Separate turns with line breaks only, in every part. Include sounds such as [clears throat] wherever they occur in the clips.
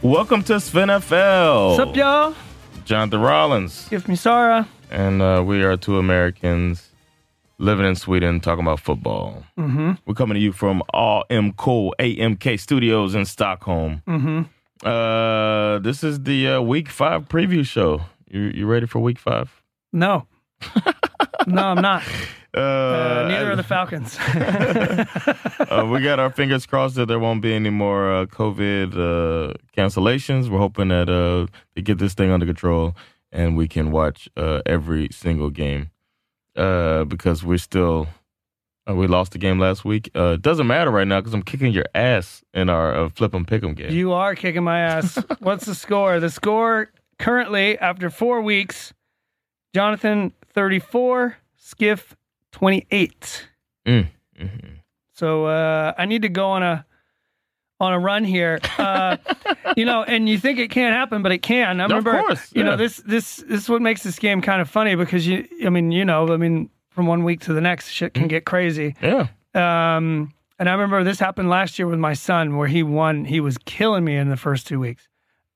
Welcome to SvenFL.
What's up, y'all?
Jonathan Rollins.
Give me Sarah.
And uh, we are two Americans living in Sweden talking about football.
Mm-hmm.
We're coming to you from all M Cool AMK Studios in Stockholm.
Mm-hmm.
Uh, this is the uh, week five preview show. You, you ready for week five?
No.
[laughs]
no, I'm not.
Uh,
Uh, neither are the Falcons.
[laughs]
[laughs]
uh, we got our fingers crossed that there won't be any more uh, COVID uh, cancellations. We're hoping that uh, they get this thing under control and we can watch uh, every single game uh, because we're still. Uh, we lost the game last week. Uh, it doesn't matter right now because I'm kicking your ass in our uh, flip 'em pick 'em game.
you are kicking my ass. What's the score? The score currently, after four weeks, Jonathan 34, Skiff 28.
Mm, mhm.
So uh, I need to go on a on a run here. Uh, you know, and you think it can't happen, but it can. I
Of
remember,
course,
you
yeah.
know, this this this is what makes this game kind of funny because you, I mean, you know, I mean, from one week to the next, shit
Mm-hmm.
can get crazy.
Yeah.
Um, and I remember this happened last year with my son, where he won. He was killing me in the first two weeks,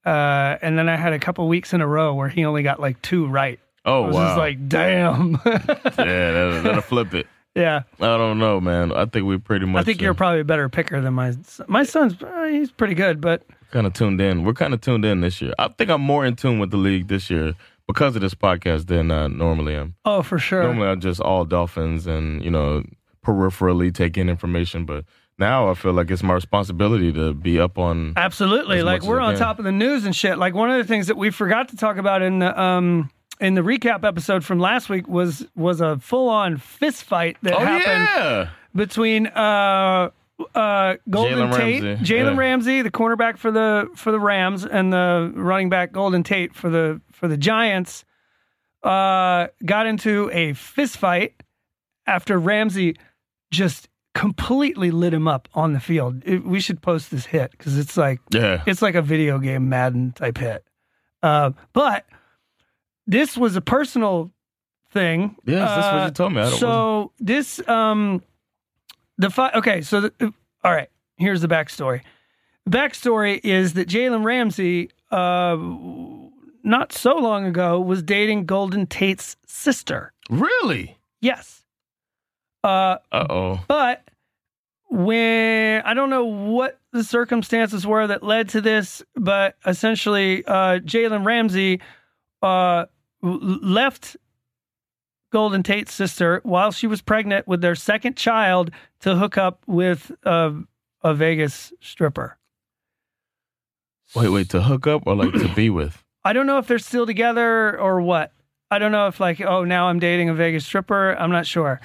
uh, and then I had a couple weeks in a row where he only got like two right.
Oh,
I was
wow.
just like, damn.
[laughs]
[laughs]
yeah, that'll, that'll flip it.
yeah,
I don't know, man. I think we pretty much.
I think
uh,
you're probably a better picker than my son. my son's. Uh, he's pretty good, but
kind of tuned in. We're kind of tuned in this year. I think I'm more in tune with the league this year because of this podcast than I normally am.
oh, for sure.
Normally, I'm just all Dolphins and you know peripherally take in information, but now I feel like it's my responsibility to be up on.
Absolutely.
As
Like
much as
we're
I
on
can.
top of the news and shit. Like one of the things that we forgot to talk about in the um in the recap episode from last week was was a full on fist fight that
Oh
happened
yeah,
between uh uh Golden
Jalen
Tate,
Ramsey.
Jalen
Yeah.
Ramsey, the cornerback for the for the Rams, and the running back Golden Tate for the for the Giants, uh got into a fist fight after Ramsey just completely lit him up on the field. It- we should post this hit because it's like
yeah.
it's like a video game Madden type hit. Uh, but this was a personal thing.
Yes, that's what
Uh,
you told me. I don't,
so this um the fi- okay, so the, uh, all right, here's the backstory. Backstory is that Jalen Ramsey uh not so long ago was dating Golden Tate's sister.
really?
Yes. Uh
Uh oh.
but when I don't know what the circumstances were that led to this, but essentially, uh, Jalen Ramsey uh, l- left Golden Tate's sister while she was pregnant with their second child to hook up with a, a Vegas stripper.
Wait, wait. To hook up or like to be
[laughs]
with?
I don't know if they're still together or what. I don't know if like, oh, now I'm dating a Vegas stripper. I'm
[laughs]
not sure,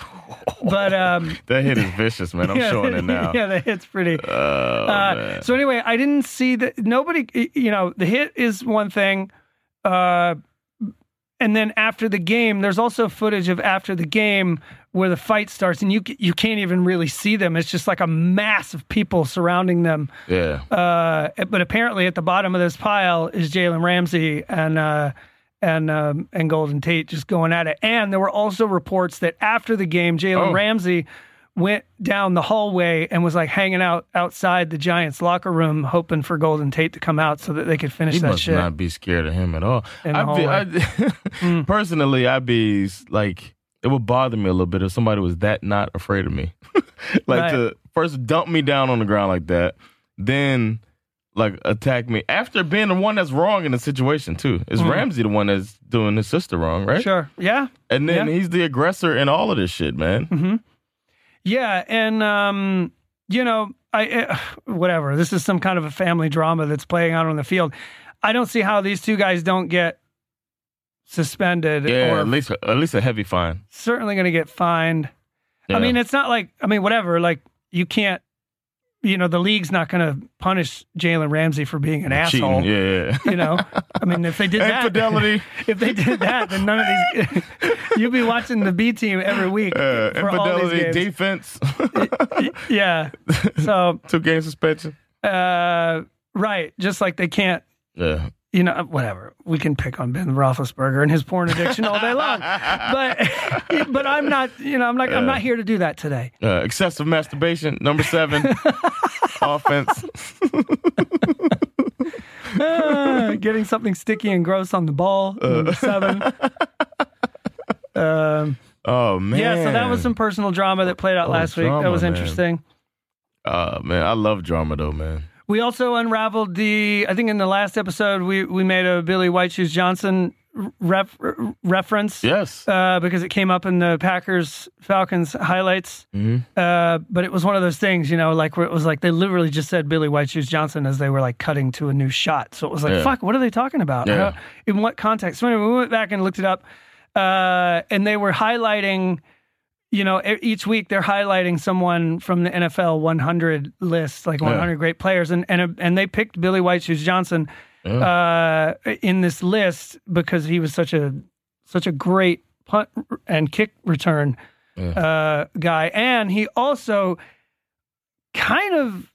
but um,
That hit is vicious, man. [laughs] I'm
yeah,
showing
[laughs]
it now.
Yeah, that hit's pretty.
Oh,
Uh,
man.
so anyway, I didn't see that. Nobody, you know, the hit is one thing, uh, and then after the game, there's also footage of after the game where the fight starts, and you c- you can't even really see them. It's just like a mass of people surrounding them.
yeah.
Uh, but apparently, at the bottom of this pile is Jalen Ramsey and uh, and um, and Golden Tate just going at it. And there were also reports that after the game, Jalen
Oh.
Ramsey went down the hallway and was like hanging out outside the Giants' locker room, hoping for Golden Tate to come out so that they could finish
He
that
must
shit.
not be scared of him at all.
In the
I'd [laughs] be,
hallway. Mm.
I'd- Personally, I'd be s- like, it would bother me a little bit if somebody was that not afraid of me. [laughs] like
Right.
to first dump me down on the ground like that, then like attack me after being the one that's wrong in the situation too. Is Ramsey the one that's doing his sister wrong, right?
Mm. Sure. Yeah.
And then
Yeah. Mm.
he's the aggressor in all of this shit, man.
Mm-hmm. Yeah, and um, eh, [sighs] you know, I uh, whatever. This is some kind of a family drama that's playing out on the field. I don't see how these two guys don't get suspended
Yeah,
or
at least at least a heavy fine.
certainly going to get fined.
Yeah.
I mean, it's not like I mean, whatever. Like you can't, you know, the league's not going to punish Jalen Ramsey for being an
Cheating,
asshole.
Yeah,
You know, I mean,
[laughs]
if they did
yeah.
that,
infidelity.
[laughs] if they did that, then none of these. [laughs] you'd be watching the B team every week
Uh,
[laughs] for all
infidelity
these games.
defense. [laughs]
yeah. So,
Two game suspension.
uh, right, just like they can't.
Yeah.
You know, whatever. We can pick on Ben Roethlisberger and his porn addiction all day long, but [laughs] but I'm not. You know, I'm not. I'm not here to do that today.
Uh, excessive masturbation, number
[laughs]
seven. Offense.
Ah, getting something sticky and gross on the ball.
Uh. [laughs]
Number seven. Um,
Oh man.
yeah, so that was some personal drama that played out
Oh,
last week. That
drama,
was
man.
interesting.
Oh man, I love drama though, man.
We also unraveled the. I think in the last episode we we made a Billy White Shoes Johnson ref, reference.
Yes.
Uh, because it came up in the Packers Falcons highlights,
Mhm.
uh, but it was one of those things, you know, like where it was like they literally just said Billy White Shoes Johnson as they were like cutting to a new shot. So it was like,
Yeah.
fuck, what are they talking about? I
Yeah.
don't- In what context? So anyway, we went back and looked it up, uh, and they were highlighting you know, e- each week they're highlighting someone from the NFL 100 list, like 100 great players, and and and they picked Billy White Shoes Johnson uh, in this list because he was such a such a great punt and kick return uh, guy, and he also kind of,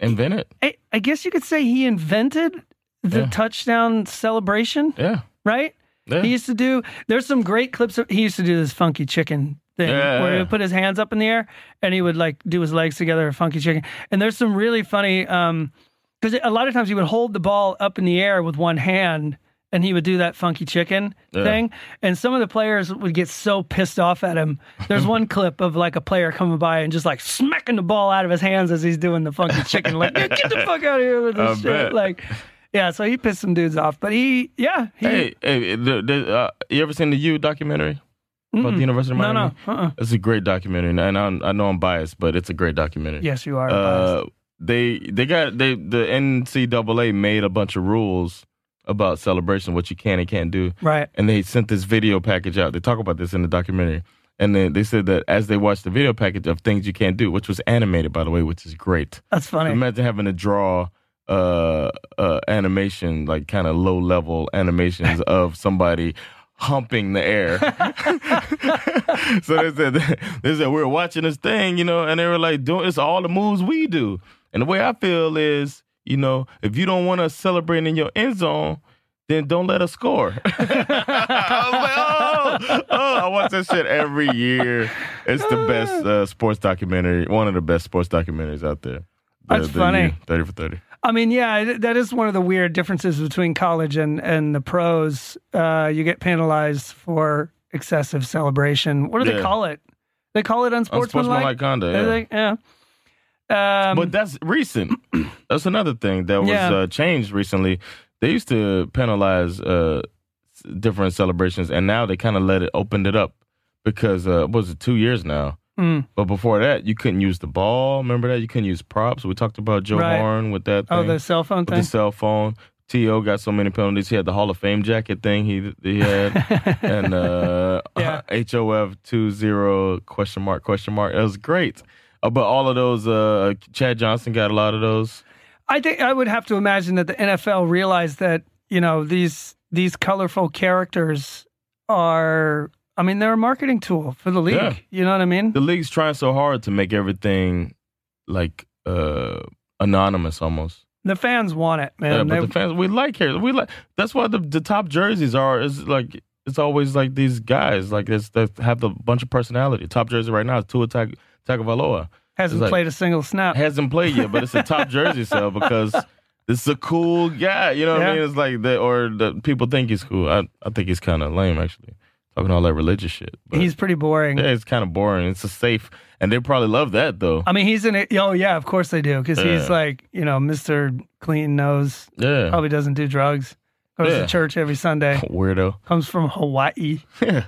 Invent it.
I, I guess you could say he invented the
Yeah.
touchdown celebration,
Yeah.
right?
Yeah.
He used to do. There's some great clips. Of, he used to do this funky chicken thing
Yeah,
where he
yeah.
would put his hands up in the air and he would like do his legs together, funky chicken. And there's some really funny um because a lot of times he would hold the ball up in the air with one hand and he would do that funky chicken
Yeah.
thing. And some of the players would get so pissed off at him. There's one
[laughs]
clip of like a player coming by and just like smacking the ball out of his hands as he's doing the funky chicken. Like, "Yeah, get the fuck out of here with
[laughs]
this
I bet.
shit. Like, yeah, so he pissed some dudes off, but he, yeah, he,
Hey, hey, the, the, uh, you ever seen the U documentary about the University of
no,
Miami?
no, uh-uh.
It's a great documentary, and I, I know I'm biased, but it's a great documentary.
Yes, you are. biased.
Uh, they they got they the NCAA made a bunch of rules about celebration, what you can and can't do,
right.
and they sent this video package out. They talk about this in the documentary, and then they said that as they watched the video package of things you can't do, which was animated by the way, which is great.
That's funny.
Imagine having to draw uh, uh animation, like kind of low level animations of somebody humping the air. [laughs] so they said they said we are watching this thing, you know, and they were like doing it's all the moves we do. And the way I feel is, you know, if you don't want us celebrating in your end zone, then don't let us score. [laughs] I was like, oh, oh, I watch that shit every year. It's the best uh, sports documentary, one of the best sports documentaries out there. The-
That's
the
funny.
year, Thirty for thirty.
I mean, yeah, th- that is one of the weird differences between college and and the pros. Uh, you get penalized for excessive celebration. What do they
Yeah.
call it? They call it
Unsportsmanlike
unsportsmanlike.
conduct.
Are
yeah.
they- yeah. Um,
but that's recent. [clears throat] that's another thing that was
Yeah.
uh, changed recently. They used to penalize uh, s- different celebrations, and now they kind of let it opened it up because uh, what was it two years now?
mm.
But before that, you couldn't use the ball. Remember that you couldn't use props. We talked about Joe
Right.
Horn with that. Thing.
oh, the cell phone
with
thing.
the cell phone. To got so many penalties. He had the Hall of Fame jacket thing. He he
[laughs]
had and uh, [laughs]
Yeah.
HOF two zero question mark question mark. It was great. Uh, but all of those, uh, Chad Johnson got a lot of those.
I think I would have to imagine that the NFL realized that you know these these colorful characters are. I mean, they're a marketing tool for the league.
Yeah.
You know what I mean?
The league's trying so hard to make everything like uh, anonymous almost.
The fans want it, man.
yeah, but
They-
the fans, we like here. We like that's why the the top jerseys are is like it's always like these guys like this that have a bunch of personality. Top jersey right now is Tua Tag- Tagovailoa.
hasn't
It's like-
played a single snap.
[laughs] hasn't played yet, but it's a top jersey sell because this is a cool guy. You know what
Yeah.
I mean? It's like the or the people think he's cool. I I think he's kind of lame actually, talking all that religious shit. But
he's pretty boring.
yeah, it's kind of boring. It's a safe, and they probably love that though.
I mean, he's in it. Oh yeah, of course they do, because he's
Yeah.
like you know, Mister Clean Nose.
yeah,
Probably doesn't do drugs. Goes
Yeah. [laughs]
to church every Sunday.
weirdo.
Comes from Hawaii.
Yeah.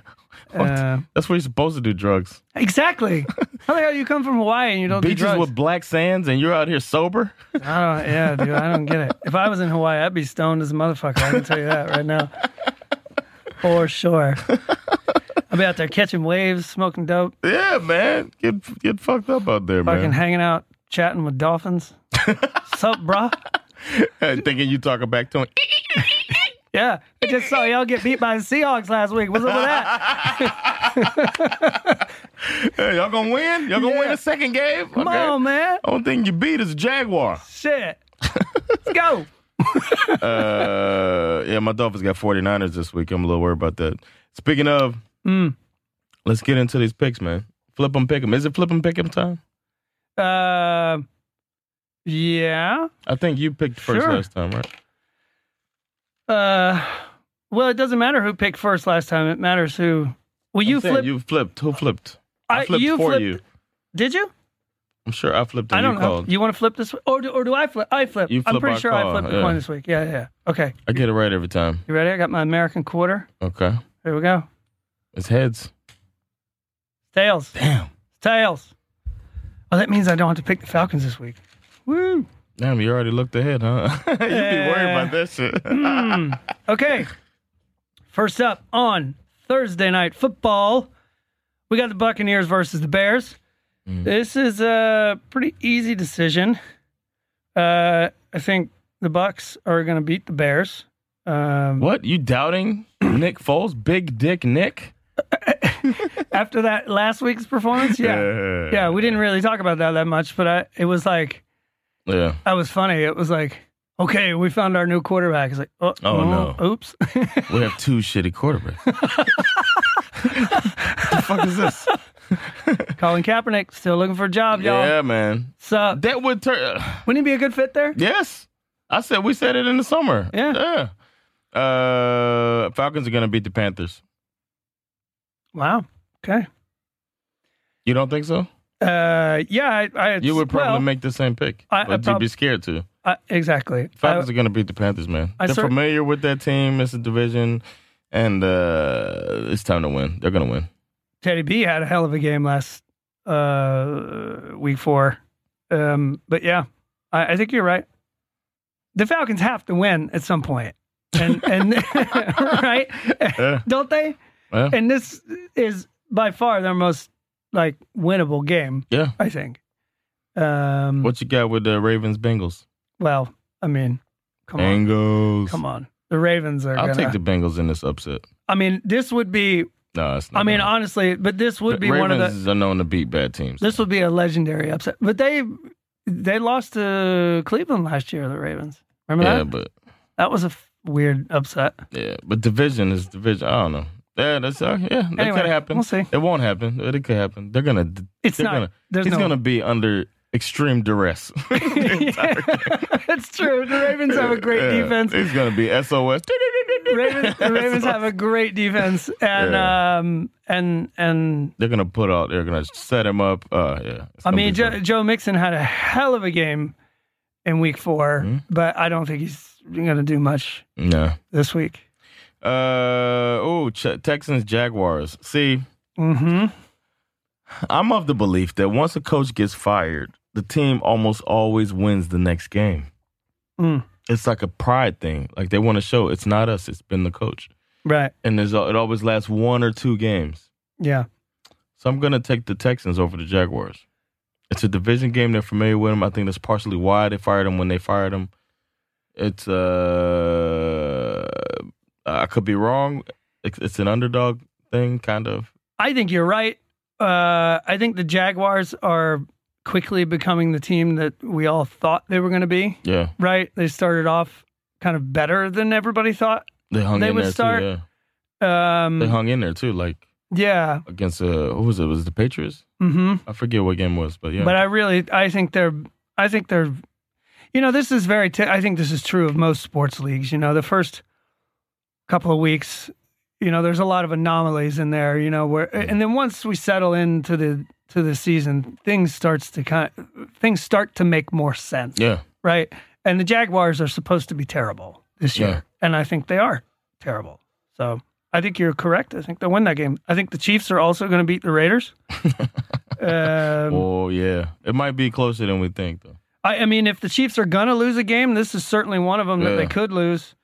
Uh,
That's where you're supposed to do drugs.
exactly. How the hell you come from Hawaii and you don't do
Beaches
drugs?
with black sands, and you're out here sober.
I don't, yeah, dude, I don't get it. If I was in Hawaii, I'd be stoned as a motherfucker. I can tell you that right now, for sure. I'd be out there catching waves, smoking dope,
yeah, man, get get fucked up out there,
fucking
man.
hanging out, chatting
[laughs]
with dolphins. Sup, bruh?
Thinking you talking back to him.
Yeah, I just saw y'all get beat by the Seahawks last week. What's up with that?
[laughs] Hey, y'all gonna win? Y'all gonna
Yeah.
win the second game?
Come on, man.
Only thing you beat is a Jaguar.
Shit, let's go.
uh, yeah, my Dolphins got 49ers this week. I'm a little worried about that. Speaking of,
Mm.
let's get into these picks, man. Flip 'em, pick 'em. Is it flip 'em, pick 'em time?
Um, yeah.
I think you picked first
Sure.
last time, right?
Uh, well, it doesn't matter who picked first last time. It matters who. Well, you
I'm saying
flipped.
You flipped. Who flipped?
I-
I flipped
you
for
flipped-
you.
Did you?
I'm sure I flipped. And
I don't
you
know.
Called.
You want to flip this, or do, or do I flip? I flip.
You
I'm
flip
pretty
our
sure I
call,
flipped the
yeah.
coin this week. Yeah, yeah. Okay,
I get it right every time.
you ready? I got my American quarter.
Okay,
Here we go.
it's heads.
Tails,
Damn,
tails. Oh, that means I don't have to pick the Falcons this week. Woo.
damn, you already looked ahead, huh? [laughs] you be worried
Yeah.
about that shit.
[laughs] Hmm. okay. First up on Thursday night football, we got the Buccaneers versus the Bears.
Mm.
This is a pretty easy decision. Uh, I think the Bucks are going to beat the Bears.
[laughs]
Um,
what you doubting? Nick Foles, big dick Nick.
after that last week's performance, yeah, yeah, we didn't really talk about that that much, but I, it was like
yeah.
I was funny. It was like, okay, we found our new quarterback. It's like, oh,
Oh,
oh,
no.
oops, [laughs]
We have two shitty quarterbacks. the fuck is this?
Colin Kaepernick still looking for a job, Um, y'all.
Yeah, man.
So
That would turn. [sighs]
wouldn't he be a good fit there?
Yes, I said we said it in the summer.
Yeah.
Yeah. Uh, Falcons are gonna beat the Panthers.
Wow. Okay.
You don't think so?
Uh, yeah, I, I
You would probably
well,
make the same pick,
I- I
but you'd
prob-
be scared to.
I, exactly. Uh,
Falcons are gonna beat the Panthers, man.
I
They're
cer-
familiar with that team. It's a division, and uh, it's time to win. They're gonna win.
Teddy B had a hell of a game last uh, week four. Um, but yeah, I, I think you're right. The Falcons have to win at some point,
[laughs]
and and [laughs] right,
Yeah.
don't they?
Yeah.
And this is by far their most like winnable game,
yeah.
I think. Um,
What you got with the Ravens Bengals?
well, I mean, come on,
Bengals.
come on. The Ravens are.
I'll
gonna,
take the Bengals in this upset.
I mean, this would be.
No, it's not.
I mean,
gonna-
honestly, but this would be
Ravens
one of the.
are known to beat bad teams.
This would be a legendary upset. But they they lost to Cleveland last year, the Ravens. Remember
yeah,
that?
but
That was a f- weird upset.
yeah, but division is division. I don't know. Yeah, that's uh, yeah. That
Anyway,
could happen.
we'll see.
It won't happen. but It could happen. They're gonna.
It's
they're
not.
Gonna,
there's
he's
no. [laughs]
gonna be under extreme duress.
[laughs] That's true. The [laughs] Ravens
[laughs]
have a great
Yeah,
defense.
He's gonna be SOS.
Ravens,
[laughs]
the Ravens have a great defense, and um, and and
They're gonna put out. They're gonna set him up. Uh, yeah. It's
I
gonna
mean,
be
jo-
fun.
Joe Mixon had a hell of a game in Week 4
Mm-hmm.
but I don't think he's going to do much
no.
this week.
Uh oh, Ch- Texans Jaguars. See,
hmm
I'm of the belief that once a coach gets fired, the team almost always wins the next game.
Mm.
It's like a pride thing. Like they want to show it's not us; it's been the coach.
Right.
And there's it always lasts one or two games.
Yeah.
So I'm gonna take the Texans over the Jaguars. It's a division game. They're familiar with them. I think that's partially why they fired him when they fired him. It's uh, I could be wrong. It's, it's an underdog thing, kind of.
I think you're right. Uh, I think the Jaguars are quickly becoming the team that we all thought they were going to be.
Yeah,
Right? They started off kind of better than everybody thought.
they hung
They
in
would
there
start-
too. Yeah. They
Um,
hung in there too, like
yeah.
against uh, who was it? Was it the Patriots?
hmm
I forget what game it was, but yeah,
But I really, I think they're, I think they're, you know, this is very, t- I think this is true of most sports leagues. You know, the first couple of weeks, you know, there's a lot of anomalies in there, you know, where, and then once we settle into the, to the season, things starts to kind of, things start to make more sense.
yeah,
Right. And the Jaguars are supposed to be terrible this year.
Yeah.
And I think they are terrible. So I think you're correct. I think they'll win that game. I think the Chiefs are also going to beat
[laughs]
the Raiders. um,
oh yeah, it might be closer than we think though.
I, I mean, if the Chiefs are going to lose a game, this is certainly one of them that they
Yeah.
could lose.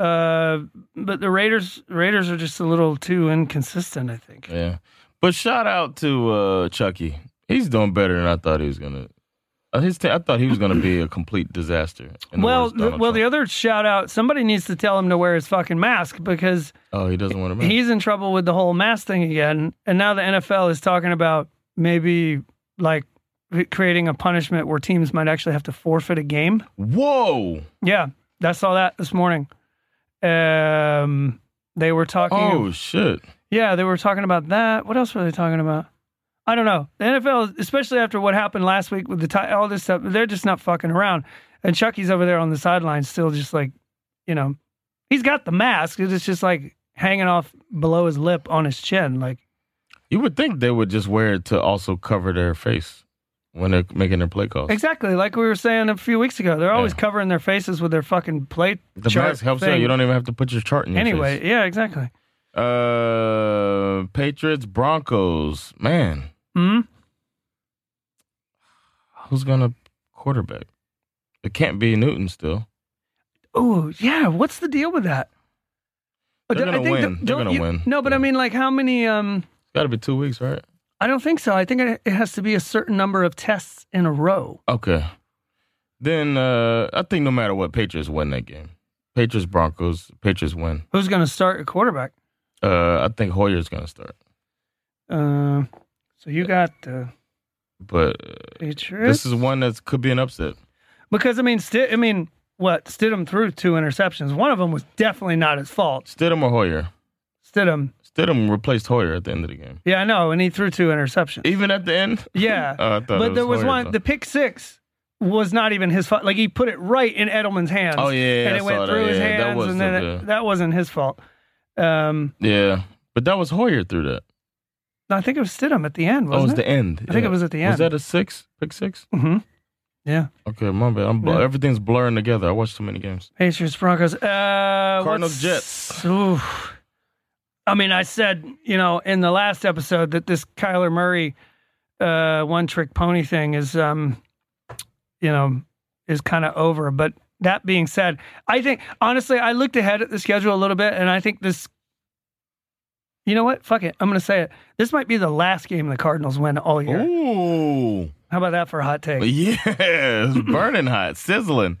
Uh, but the Raiders, Raiders are just a little too inconsistent. I think.
Yeah, but shout out to uh, Chucky. He's doing better than I thought he was gonna. Uh, his t- I thought he was gonna be a complete disaster. in the
well,
words of
the,
Donald
well, the
Trump.
other shout out. Somebody needs to tell him to wear his fucking mask because
oh, he doesn't want to. He,
he's in trouble with the whole mask thing again. And now the NFL is talking about maybe like creating a punishment where teams might actually have to forfeit a game.
Whoa!
Yeah, I saw that this morning. Um, they were talking.
Oh shit!
Yeah, they were talking about that. What else were they talking about? I don't know. The NFL, especially after what happened last week with the tie, all this stuff, they're just not fucking around. And Chucky's over there on the sideline, still just like, you know, he's got the mask. It's just like hanging off below his lip on his chin. Like,
You would think they would just wear it to also cover their face when they're making their play calls.
exactly like we were saying a few weeks ago. They're always covering their faces with their fucking plate.
The
chart
mask helps
thing.
out. You don't even have to put your chart in your
Anyway,
face.
yeah, exactly.
Uh, Patriots Broncos. Man,
Hmm?
who's gonna quarterback? It can't be Newton still.
Oh yeah, what's the deal with that? But
They're
do-
gonna
the-
win. They're
don't
gonna
you-
win.
No, but I
Yeah.
mean, like, how many? Um,
Got to be two weeks, right?
I don't think so. I think it, it has to be a certain number of tests in a row.
Okay. Then uh, I think no matter what, Patriots win that game. Patriots Broncos. Patriots win.
Who's going to start at quarterback?
Uh, I think Hoyer's gonna start,
Uh, so you got the
but uh,
Patriots
this is one that could be an upset.
because I mean, Sti- I mean, what Stidham threw two interceptions. One of them was definitely not his fault.
Stidham or Hoyer.
Stidham,
Stidham replaced Hoyer at the end of the game.
yeah, I know, and he threw two interceptions.
Even at the end.
Yeah,
Oh, [laughs] I thought
but
it
there was
Hoyer,
one.
though.
The pick six was not even his fault. Like he put it right in Edelman's hands.
Oh, yeah, yeah,
and
I
it went
saw that.
through his
Yeah, that
hands,
was
and then
the-
it, that wasn't his fault. Um,
yeah, but that was Hoyer through that.
no, I think it was Stidham at the end,
that Oh, was
wasn't
the end.
I think
yeah.
it was at the
Was
end.
that a six? Pick six?
hmm Yeah.
Okay, my bad. I'm bl-
Yeah.
Everything's blurring together. I watched too many games.
Patriots, Broncos, uh,
Cardinals,
what's-
Jets.
Oof. I mean, I said you know in the last episode that this Kyler Murray uh, one trick pony thing is um, you know is kind of over. But that being said, I think honestly, I looked ahead at the schedule a little bit, and I think this. You know what? Fuck it. I'm going to say it. This might be the last game the Cardinals win all year.
Oh. Ooh,
How about that for a hot take?
yeah,
[laughs]
it's burning hot, sizzling,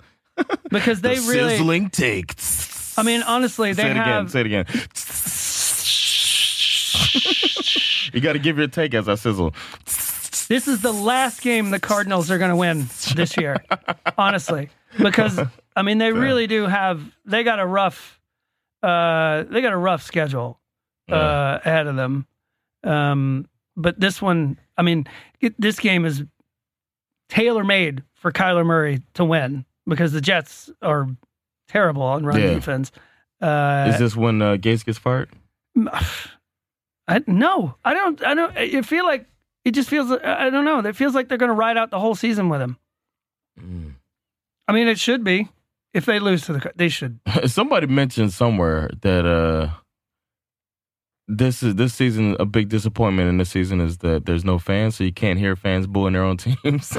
Because they
The
really.
sizzling take.
I mean, honestly, they
say it
have. [laughs]
again. Say it again. you got to give your take as I sizzle.
This is the last game the Cardinals are going to win
[laughs]
this year, honestly, because I mean they really do have they got a rough uh they got a rough schedule uh ahead of them. Um but this one, I mean, it, this game is tailor-made for Kyler Murray to win because the Jets are terrible on run
Yeah.
defense.
Is
Uh
this when uh, Gates gets fired?
I, no, I don't I don't I feel like it just feels I don't know, it feels like they're going to ride out the whole season with him.
Mm.
I mean, it should be. If they lose to the, Card- they
[laughs]
should. [laughs]
Somebody mentioned somewhere that uh, this is this season a big disappointment in this season is that there's no fans, so you can't hear fans booing their own [laughs]
[laughs]
teams.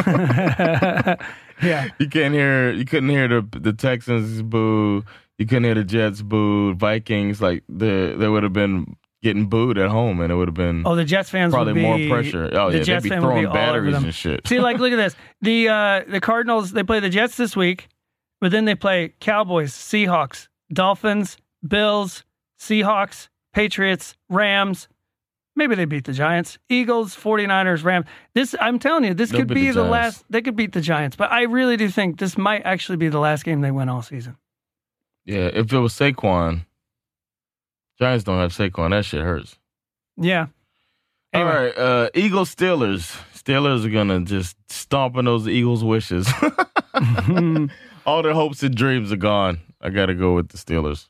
yeah,
you can't hear you couldn't hear the the Texans boo, you couldn't hear the Jets boo, Vikings like the they would have been getting booed at home, and it would have been
Oh, the Jets fans
probably
would be,
more pressure. Oh
the
yeah,
Jets
they'd be
fan would be
throwing
all over
batteries
them.
and shit.
See, like, look at this. The uh, the Cardinals they play the Jets this week, but then they play Cowboys, Seahawks, Dolphins, Bills, Seahawks, Patriots, Rams. Maybe they beat the Giants, Eagles, 49ers, Rams. This I'm telling you, this
They'll
could
beat
be
the
the
Giants.
last. They could beat the Giants, but I really do think this might actually be the last game they win all season.
yeah, if it was Saquon, Giants don't have Saquon. That shit hurts.
Yeah. Anyway.
All right, uh, Eagles Steelers. Steelers are gonna just stomp on those Eagles' wishes. [laughs] All their hopes and dreams are gone. I gotta go with the Steelers.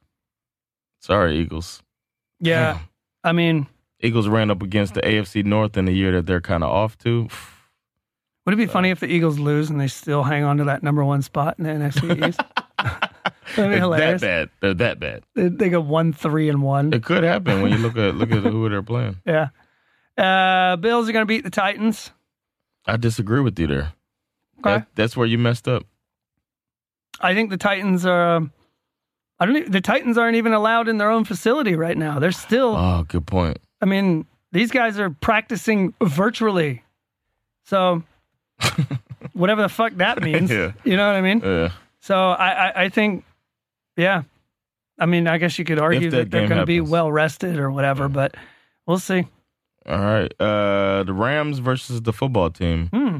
Sorry, Eagles.
[laughs]
[laughs]
yeah.
Damn.
I mean,
Eagles ran up against the AFC North in the year that they're kind of off to. [laughs]
[laughs] would it be funny if the Eagles lose and they still hang on to that number one spot in the NFC East? That'd be
It's
hilarious.
that bad. They're that bad.
They- They go one, three, and one.
It could happen when you look at look at who they're playing.
Yeah. Uh, Bills are going to beat the Titans.
I disagree with you there.
Okay.
That, that's where you messed up.
I think the Titans are. um, I don't. e- The Titans aren't even allowed in their own facility right now. They're still.
Oh, good point.
I mean, these guys are practicing virtually,
[laughs]
so whatever the fuck that means.
Yeah.
You know what I mean?
Yeah.
So I, I, I think, yeah. I mean, I guess you could argue
that
that, they're
game
going to be
happens.
well rested or whatever, but we'll see.
All right. Uh, the Rams versus the football team.
Hmm.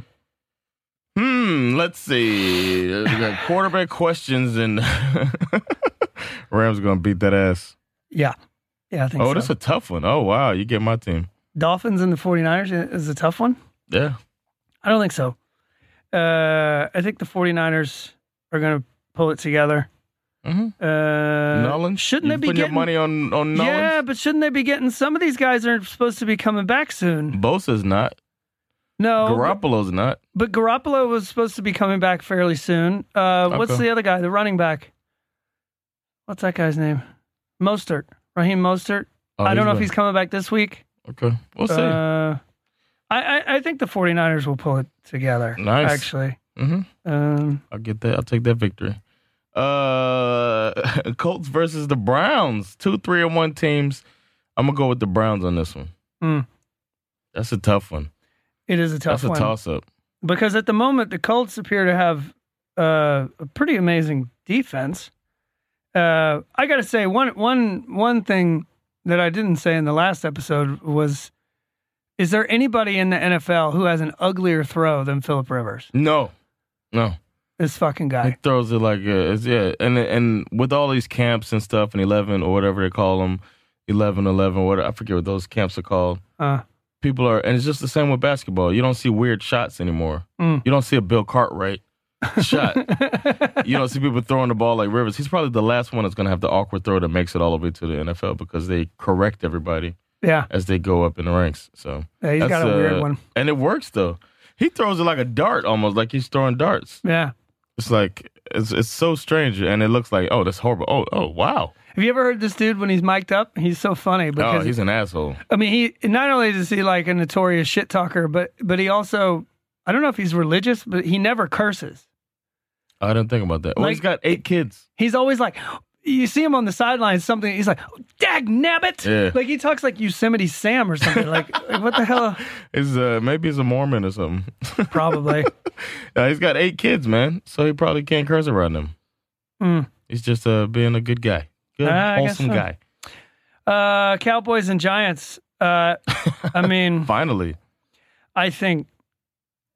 Hmm. Let's see. We
[sighs]
got quarterback questions, and [laughs] Rams gonna beat that ass.
Yeah. Yeah, I think
Oh,
so.
that's a tough one. Oh, wow. You get my team.
Dolphins and the 49ers is a tough one.
Yeah.
I don't think so. Uh, I think the 49ers are going to pull it together.
Mm-hmm.
Uh,
Nolan,
Shouldn't
you
they be
putting
getting
your money on on Nolan?
Yeah, but shouldn't they be getting some of these guys are supposed to be coming back soon?
Bosa's not.
No,
Garoppolo's not.
but Garoppolo was supposed to be coming back fairly soon. Uh, what's
Okay.
the other guy, the running back? What's that guy's name? Mostert, Raheem Mostert.
Oh,
I don't know if
not.
he's coming back this week.
okay. We'll see.
Uh, I, I I think the 49ers will pull it together.
Nice.
actually.
hmm
Um,
I'll get that. I'll take that victory. Uh, [laughs] Colts versus the Browns. Two, three, and one teams. I'm gonna go with the Browns on this one.
Hmm.
That's a tough one.
it is a
That's
tough
a
one
toss up.
because at the moment the Colts appear to have uh, a pretty amazing defense. Uh, I got to say one one one thing that I didn't say in the last episode was: Is there anybody in the NFL who has an uglier throw than Philip Rivers?
No, no.
This fucking
He
guy.
throws it like a, it's, yeah, and and with all these camps and stuff, and eleven or whatever they call them, eleven, eleven, what I forget what those camps are called.
Uh,
people are, and it's just the same with basketball. You don't see weird shots anymore.
Mm.
You don't see a Bill Cartwright
[laughs]
shot. you don't see people throwing the ball like Rivers. He's probably the last one that's going to have the awkward throw that makes it all the way to the NFL because they correct everybody
yeah,
as they go up in the ranks. So
yeah, he's got
that's,
a weird
uh,
one.
and it works though. He throws it like a dart, almost like he's throwing darts.
Yeah.
It's like it's it's so strange, and it looks like oh that's horrible. Oh oh wow.
Have you ever heard this dude when he's mic'd up? He's so funny
Oh
because
he's an asshole.
I mean, he not only is he like a notorious shit talker, but but he also I don't know if he's religious, but he never curses.
I didn't think about that. Oh,
Like-
he's got eight kids.
He's always like, you see him on the sidelines, something. He's like, "Dag nabbit!"
Yeah.
Like he talks like Yosemite Sam or something.
[laughs]
Like, like what the hell?
Is uh maybe he's a Mormon or something. [laughs]
Probably.
Uh, he's got eight kids, man, so he probably can't curse around them.
Mm.
He's just uh, being a good guy, good
Uh, I guess
wholesome
so.
guy.
Uh, Cowboys and Giants. Uh, I
[laughs]
mean,
Finally,
I think,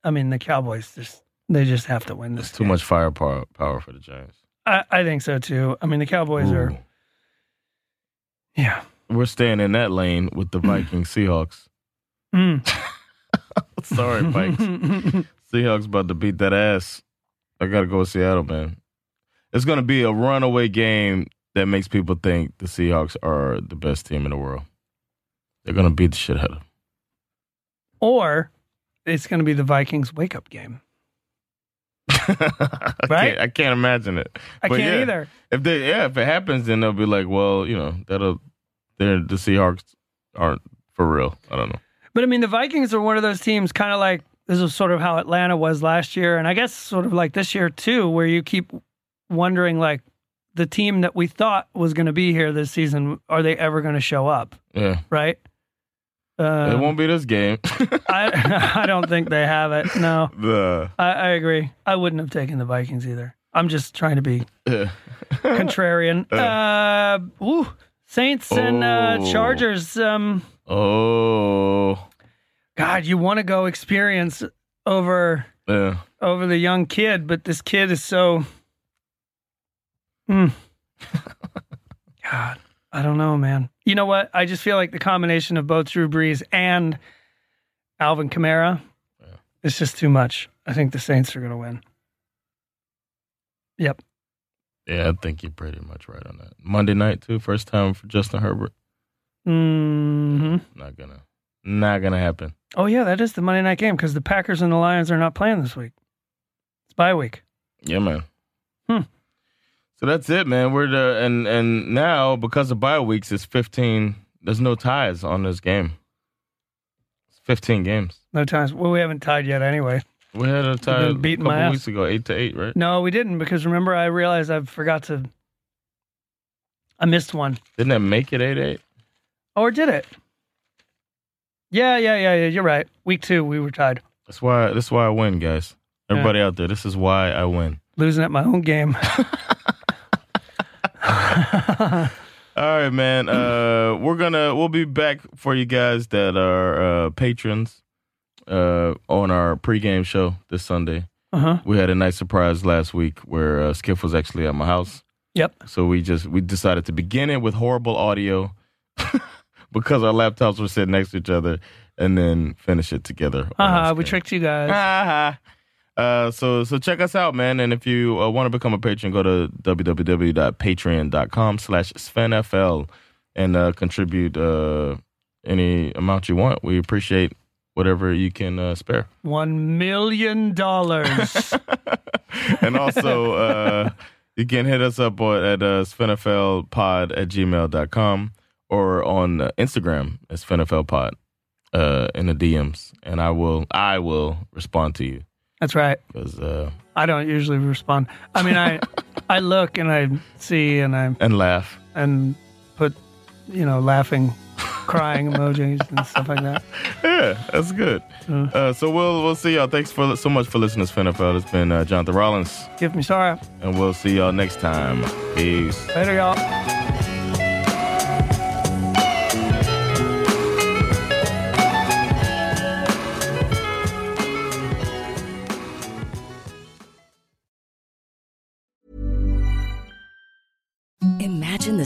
I mean the Cowboys just they just have to win
it's
this.
too much firepower power for the Giants.
I, I think so too. I mean the Cowboys are
Ooh.
yeah.
We're staying in that lane with [laughs] the Viking Seahawks. [laughs]
Mm.
Sorry, Vikes.
Hmm.
Seahawks about to beat that ass. I gotta go with Seattle, man. It's gonna be a runaway game that makes people think the Seahawks are the best team in the world. They're gonna beat the shit out of them.
[laughs]
[laughs]
or it's going to be the Vikings wake up game.
I,
Right?
can't, I can't imagine it.
I
But
can't
yeah.
either.
If they yeah, if it happens, then they'll be like, well, you know, that'll they're the Seahawks aren't for real. I don't know.
But I mean, the Vikings are one of those teams, kind of like this is sort of how Atlanta was last year, and I guess sort of like this year too, where you keep wondering like the team that we thought was going to be here this season, are they ever going to show up?
Yeah,
Right?
it
Um,
won't be this game. [laughs]
I [laughs] I don't think they have it. No,
the
I, I agree. I wouldn't have taken the Vikings either. I'm just trying to be
yeah.
contrarian. Uh, ooh, Saints and uh,
Oh.
Chargers. Um,
[laughs] oh
God, you want to go experience over
yeah.
over the young kid, but this kid is so. Hmm. God, I don't know, man. You know what? I just feel like the combination of both Drew Brees and Alvin Kamara, it's just too much. I think the Saints are going to win. Yep.
Yeah, I think you're pretty much right on that. Monday night too, first time for Justin Herbert.
hmm
Not gonna, not gonna happen.
Oh yeah, that is the Monday night game because the Packers and the Lions are not playing this week. It's bye week.
Yeah, man.
Hmm.
So that's it, man. We're the and and now because of bye weeks, it's fifteen. There's no ties on this game. It's fifteen games.
No times. Well, we haven't tied yet anyway.
We had a tie a
been beating
couple
my ass.
weeks ago, eight to eight, right?
No, we didn't because remember I realized I forgot to. I missed one.
Didn't that make it eight eight?
Or did Oh, it? Yeah, yeah, yeah, yeah. You're right. Week two, we were tied.
That's why. That's why I win, guys. Everybody out there, this is why I win.
Losing at my own game. [laughs] Uh-huh.
All right, man. Uh, [clears throat] we're gonna we'll be back for you guys that are uh, patrons uh, on our pregame show this Sunday.
Uh-huh.
We had a nice surprise last week where uh, Skiff was actually at my house,
Yep.
so we just we decided to begin it with horrible audio [laughs] because our laptops were sitting next to each other, and then finish it together. on
Uh-huh. We
screen.
tricked you guys.
Ah, [laughs] Uh, so so check us out, man. And if you uh, want to become a patron, go to www.patreon.com slash SvenFL and uh, contribute uh, any amount you want. We appreciate whatever you can uh, spare.
One million dollars.
and also, uh, you can hit us up on- at uh, SvenFLpod at gmail.com or on uh, Instagram as SvenFLpod uh, in the DMs. And I will, I will respond to you
That's right.
because... Uh,
I don't usually respond. I mean, I I look and I see and I
and laugh.
and put you know laughing, crying emojis and stuff like that.
Yeah, that's good. Uh, so we'll we'll see y'all. Thanks for so much for listening to NFL. It's been uh, Jonathan Rollins,
Give me sorrow.
and we'll see y'all next time. Peace.
Later, y'all.
Imagine the